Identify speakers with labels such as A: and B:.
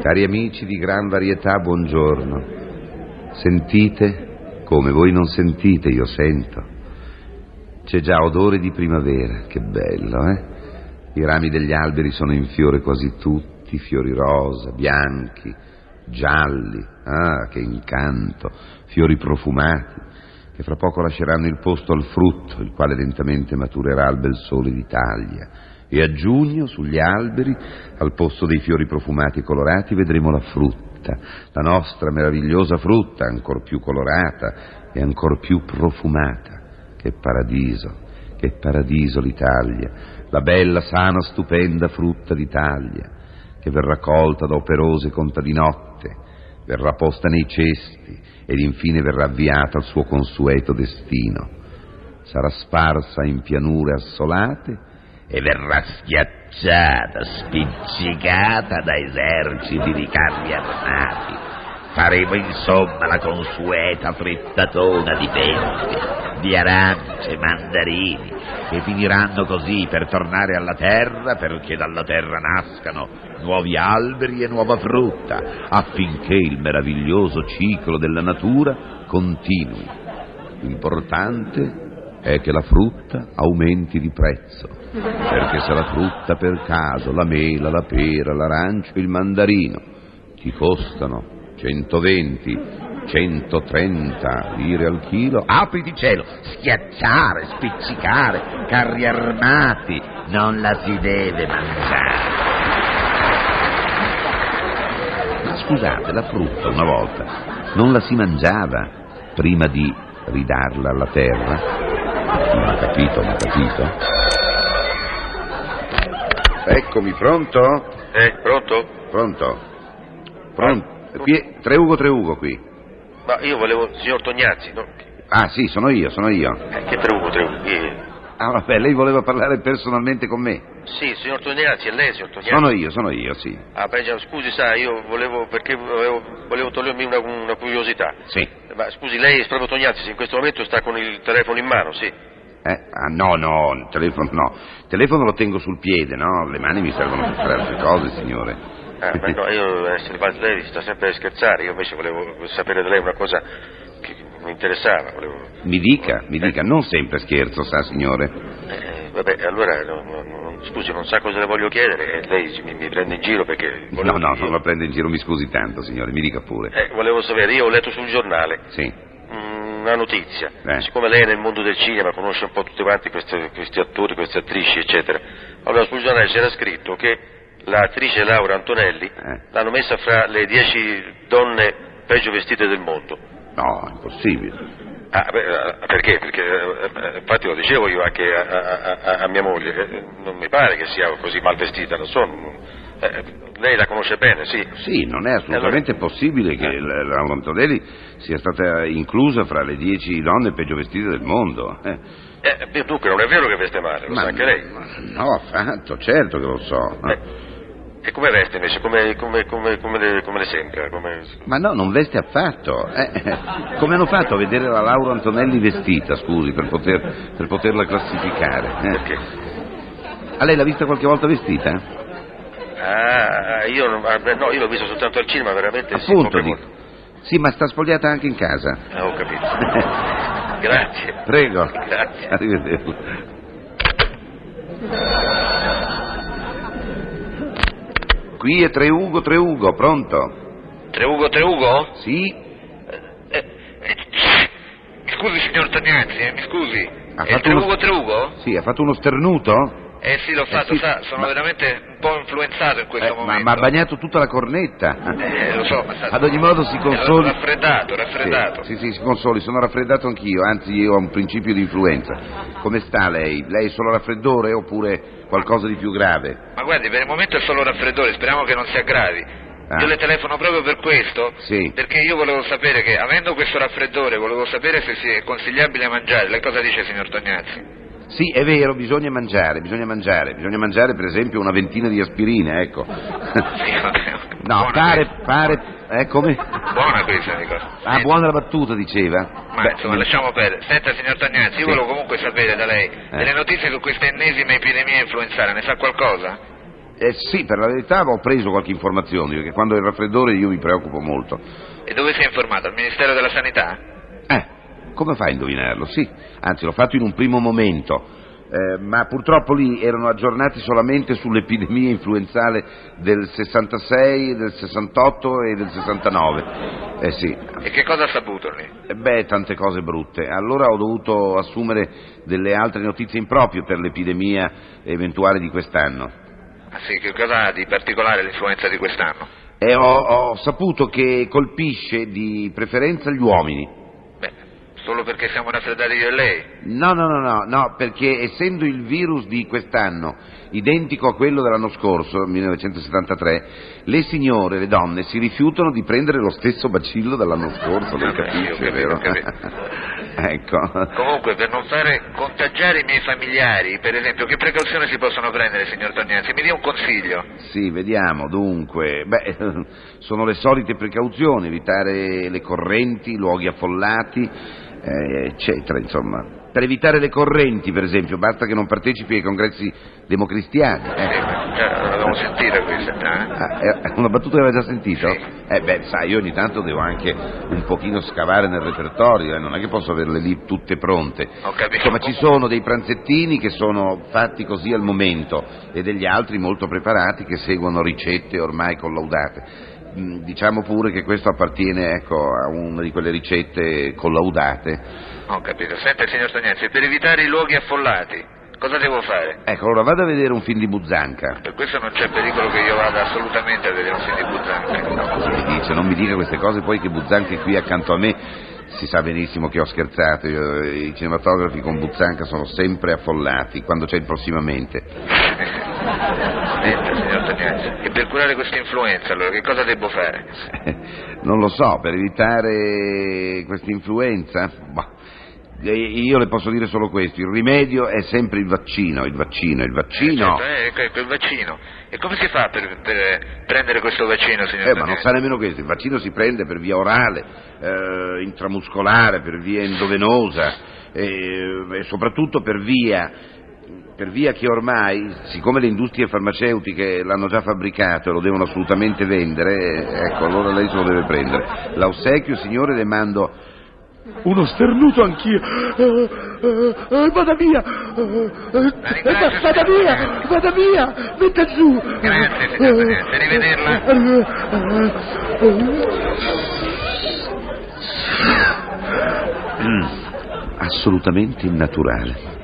A: Cari amici di gran varietà, buongiorno. Sentite come voi non sentite, io sento. C'è già odore di primavera, che bello, eh? I rami degli alberi sono in fiore quasi tutti, fiori rosa, bianchi, gialli, ah, che incanto, fiori profumati, che fra poco lasceranno il posto al frutto, il quale lentamente maturerà al bel sole d'Italia. E a giugno, sugli alberi, al posto dei fiori profumati e colorati, vedremo la frutta, la nostra meravigliosa frutta, ancor più colorata e ancor più profumata. Che paradiso, che paradiso l'Italia, la bella, sana, stupenda frutta d'Italia, che verrà colta da operose contadinotte, verrà posta nei cesti ed infine verrà avviata al suo consueto destino. Sarà sparsa in pianure assolate, e verrà schiacciata, spiccicata da eserciti di carri armati. Faremo insomma la consueta frittatona di penne, di arance, mandarini, che finiranno così per tornare alla terra perché dalla terra nascano nuovi alberi e nuova frutta, affinché il meraviglioso ciclo della natura continui. L'importante è che la frutta aumenti di prezzo, perché se la frutta per caso, la mela, la pera, l'arancio, il mandarino, ti costano 120, 130 lire al chilo, apri di cielo, schiacciare, spiccicare, carri armati, non la si deve mangiare. Ma Ah, scusate, la frutta una volta non la si mangiava prima di ridarla alla terra? Non ho capito, non ho capito. Eccomi, pronto?
B: Eh, pronto?
A: Pronto? Pronto? Qui, tre Ugo, tre Ugo qui.
B: Ma io volevo il signor Tognazzi, no?
A: Ah, sì, sono io, sono io.
B: Eh, che Treugo, Treugo? chi è?
A: Ah, vabbè, lei voleva parlare personalmente con me.
B: Sì, il signor Tognazzi, è lei, signor Tognazzi?
A: Sono io, sono io, sì.
B: Ah, peggio, scusi, sa, io volevo, perché volevo, volevo togliermi una, una curiosità.
A: Sì.
B: Ma scusi, lei è proprio Tognazzi, se in questo momento sta con il telefono in mano, sì.
A: Eh, ah, no, no, il telefono no. Il telefono lo tengo sul piede, no? Le mani mi servono per fare altre cose, signore.
B: Ah, ma no, io, eh, se lei sta sempre a scherzare, io invece volevo sapere da lei una cosa che mi interessava, volevo...
A: Mi dica, mi dica, non sempre scherzo, sa, signore.
B: Eh, vabbè, allora, no, no, no, scusi, non sa cosa le voglio chiedere, eh, lei mi, mi prende in giro perché...
A: No, no, non la prendo in giro, mi scusi tanto, signore, mi dica pure.
B: Eh, volevo sapere, io ho letto sul giornale
A: Sì.
B: mm, una notizia,
A: Eh.
B: siccome lei è nel mondo del cinema conosce un po' tutti quanti queste- questi attori, queste attrici, eccetera, allora sul giornale c'era scritto che l'attrice Laura Antonelli
A: Eh.
B: l'hanno messa fra le dieci donne peggio vestite del mondo.
A: No, impossibile.
B: Ah, beh, ah, perché? Perché eh, eh, infatti lo dicevo io anche a, a- a- a mia moglie, eh, non mi pare che sia così mal vestita, non so, non- eh, lei la conosce bene, sì.
A: Sì, non è assolutamente possibile
B: Ah.
A: che la la Laura Antonelli sia stata inclusa fra le dieci donne peggio vestite del mondo. eh.
B: Eh, beh, dunque non è vero che veste male, lo sa anche lei.
A: ma no, affatto, certo che lo so. no.
B: Eh, E come veste invece? Come, come- come- come le, come le
A: Eh,
B: sembra? Come-
A: Ma no, non veste affatto. eh. Come hanno fatto a vedere la Laura Antonelli vestita, scusi, per, poter- per poterla classificare? eh?
B: Perché?
A: A lei l'ha vista qualche volta vestita?
B: Ah, io, non- ah, beh, no, io l'ho visto soltanto al cinema, veramente. sì,
A: Appunto,
B: poche
A: dico.
B: volte.
A: Sì, ma sta spogliata anche in casa.
B: Ah, ho capito. Grazie.
A: Prego.
B: Grazie.
A: Arrivederla. Qui è Treugo, Treugo, pronto?
B: Treugo, Treugo?
A: Sì?
B: Mi Eh, scusi, signor Tagnazzi, eh, mi scusi.
A: Ha
B: È
A: fatto
B: Treugo,
A: uno-
B: Treugo?
A: Sì, ha fatto uno sternuto?
B: Eh sì, l'ho fatto,
A: sì,
B: sa, sono
A: ma-
B: veramente un po' influenzato in questo
A: Eh, ma,
B: momento.
A: ma ha bagnato tutta la cornetta.
B: Eh, lo so, ma sa-
A: Ad ogni modo si
B: eh,
A: consoli.
B: Raffreddato, raffreddato.
A: Sì, sì, sì, si consoli, sono raffreddato anch'io, anzi io ho un principio di influenza. Come sta lei? Lei è solo raffreddore oppure qualcosa di più grave?
B: Ma guardi, per il momento è solo raffreddore, speriamo che non si aggravi.
A: Ah.
B: Io le telefono proprio per questo,
A: Sì.
B: perché io volevo sapere che, avendo questo raffreddore, volevo sapere se si è consigliabile mangiare. Lei cosa dice, signor Tognazzi?
A: Sì, è vero, bisogna mangiare, bisogna mangiare, bisogna mangiare per esempio una ventina di aspirine, ecco.
B: Sì, vabbè.
A: No,
B: buona
A: pare, pare, eh come?
B: questa- Buona questa, dico.
A: Ah, buona la battuta, diceva.
B: Eh. Ma
A: Beh,
B: insomma, lasciamo perdere. Senta, signor Tognazzi,
A: Sì.
B: io volevo comunque sapere da lei delle notizie su questa ennesima epidemia influenzale. Ne sa qualcosa?
A: Eh sì, per la verità ho preso qualche informazione, perché quando è il raffreddore io mi preoccupo molto.
B: E dove si è informato? Al Ministero della Sanità?
A: Eh, come fai a indovinarlo? Sì, anzi l'ho fatto in un primo momento, eh, ma purtroppo lì erano aggiornati solamente sull'epidemia influenzale del 66, del 68 e del 69. Eh sì,
B: E che cosa ha saputo lì?
A: eh, beh, tante cose brutte. Allora ho dovuto assumere delle altre notizie improprie per l'epidemia eventuale di quest'anno.
B: Ah, sì, che cosa ha di particolare l'influenza di quest'anno?
A: E ho, ho saputo che colpisce di preferenza gli uomini.
B: Beh, solo perché siamo raffreddati io e lei.
A: No, no, no, no, no, perché essendo il virus di quest'anno identico a quello dell'anno scorso, 1973, le signore, le donne, si rifiutano di prendere lo stesso bacillo dell'anno scorso, lei
B: Vabbè,
A: capisce,
B: io ho capito,
A: vero?
B: ho capito.
A: ecco.
B: Comunque, per non fare contagiare i miei familiari, per esempio, che precauzioni si possono prendere, signor Tognanzi? Mi dia un consiglio.
A: Sì, vediamo, dunque, beh, sono le solite precauzioni, evitare le correnti, i luoghi affollati, eh, eccetera, insomma. Per evitare le correnti, per esempio, basta che non partecipi ai congressi democristiani.
B: Sì,
A: eh.
B: già l'avevamo sentita questa, eh?
A: Ah, è una battuta che aveva già sentito?
B: Sì.
A: Eh beh, sai, io ogni tanto devo anche un pochino scavare nel repertorio, eh, non è che posso averle lì tutte pronte.
B: Ho capito.
A: Insomma, ci sono dei pranzettini che sono fatti così al momento e degli altri molto preparati che seguono ricette ormai collaudate. Mm, Diciamo pure che questo appartiene ecco, a una di quelle ricette collaudate.
B: Ho capito. Senta, signor Tognanzi, per evitare i luoghi affollati, cosa devo fare?
A: Ecco, allora vado a vedere un film di Buzzanca.
B: Per questo non c'è pericolo che io vada assolutamente a vedere un film di Ecco, Buzzanca.
A: Cosa mi dice? Non mi dica queste cose poi che Buzzanca è qui accanto a me. Si sa benissimo che ho scherzato, io- i cinematografi con Buzzanca sono sempre affollati quando c'è il prossimamente.
B: Senta, signor Tognanzi, e per curare questa influenza, allora, che cosa devo fare?
A: Non lo so, per evitare questa influenza, bah, eh, io le posso dire solo questo, il rimedio è sempre il vaccino, il vaccino, il vaccino.
B: Eh, certo, eh, ecco, il vaccino. E come si fa per, per prendere questo vaccino, signor
A: Eh, ma non
B: Tognanzi?
A: sa nemmeno questo, il vaccino si prende per via orale, eh, intramuscolare, per via endovenosa eh, e soprattutto per via, per via che ormai, siccome le industrie farmaceutiche l'hanno già fabbricato e lo devono assolutamente vendere, eh, ecco, allora lei se lo deve prendere. L'aussecchio, signore, le mando
C: Uno sternuto anch'io. Eh, eh, eh, vada via. Eh, eh,
B: ringrazio, signor
C: vada via,
B: Presidente.
C: vada via. Metta giù.
B: Grazie, signor Presidente. Arrivederla.
C: Eh, eh, eh, eh.
A: assolutamente innaturale.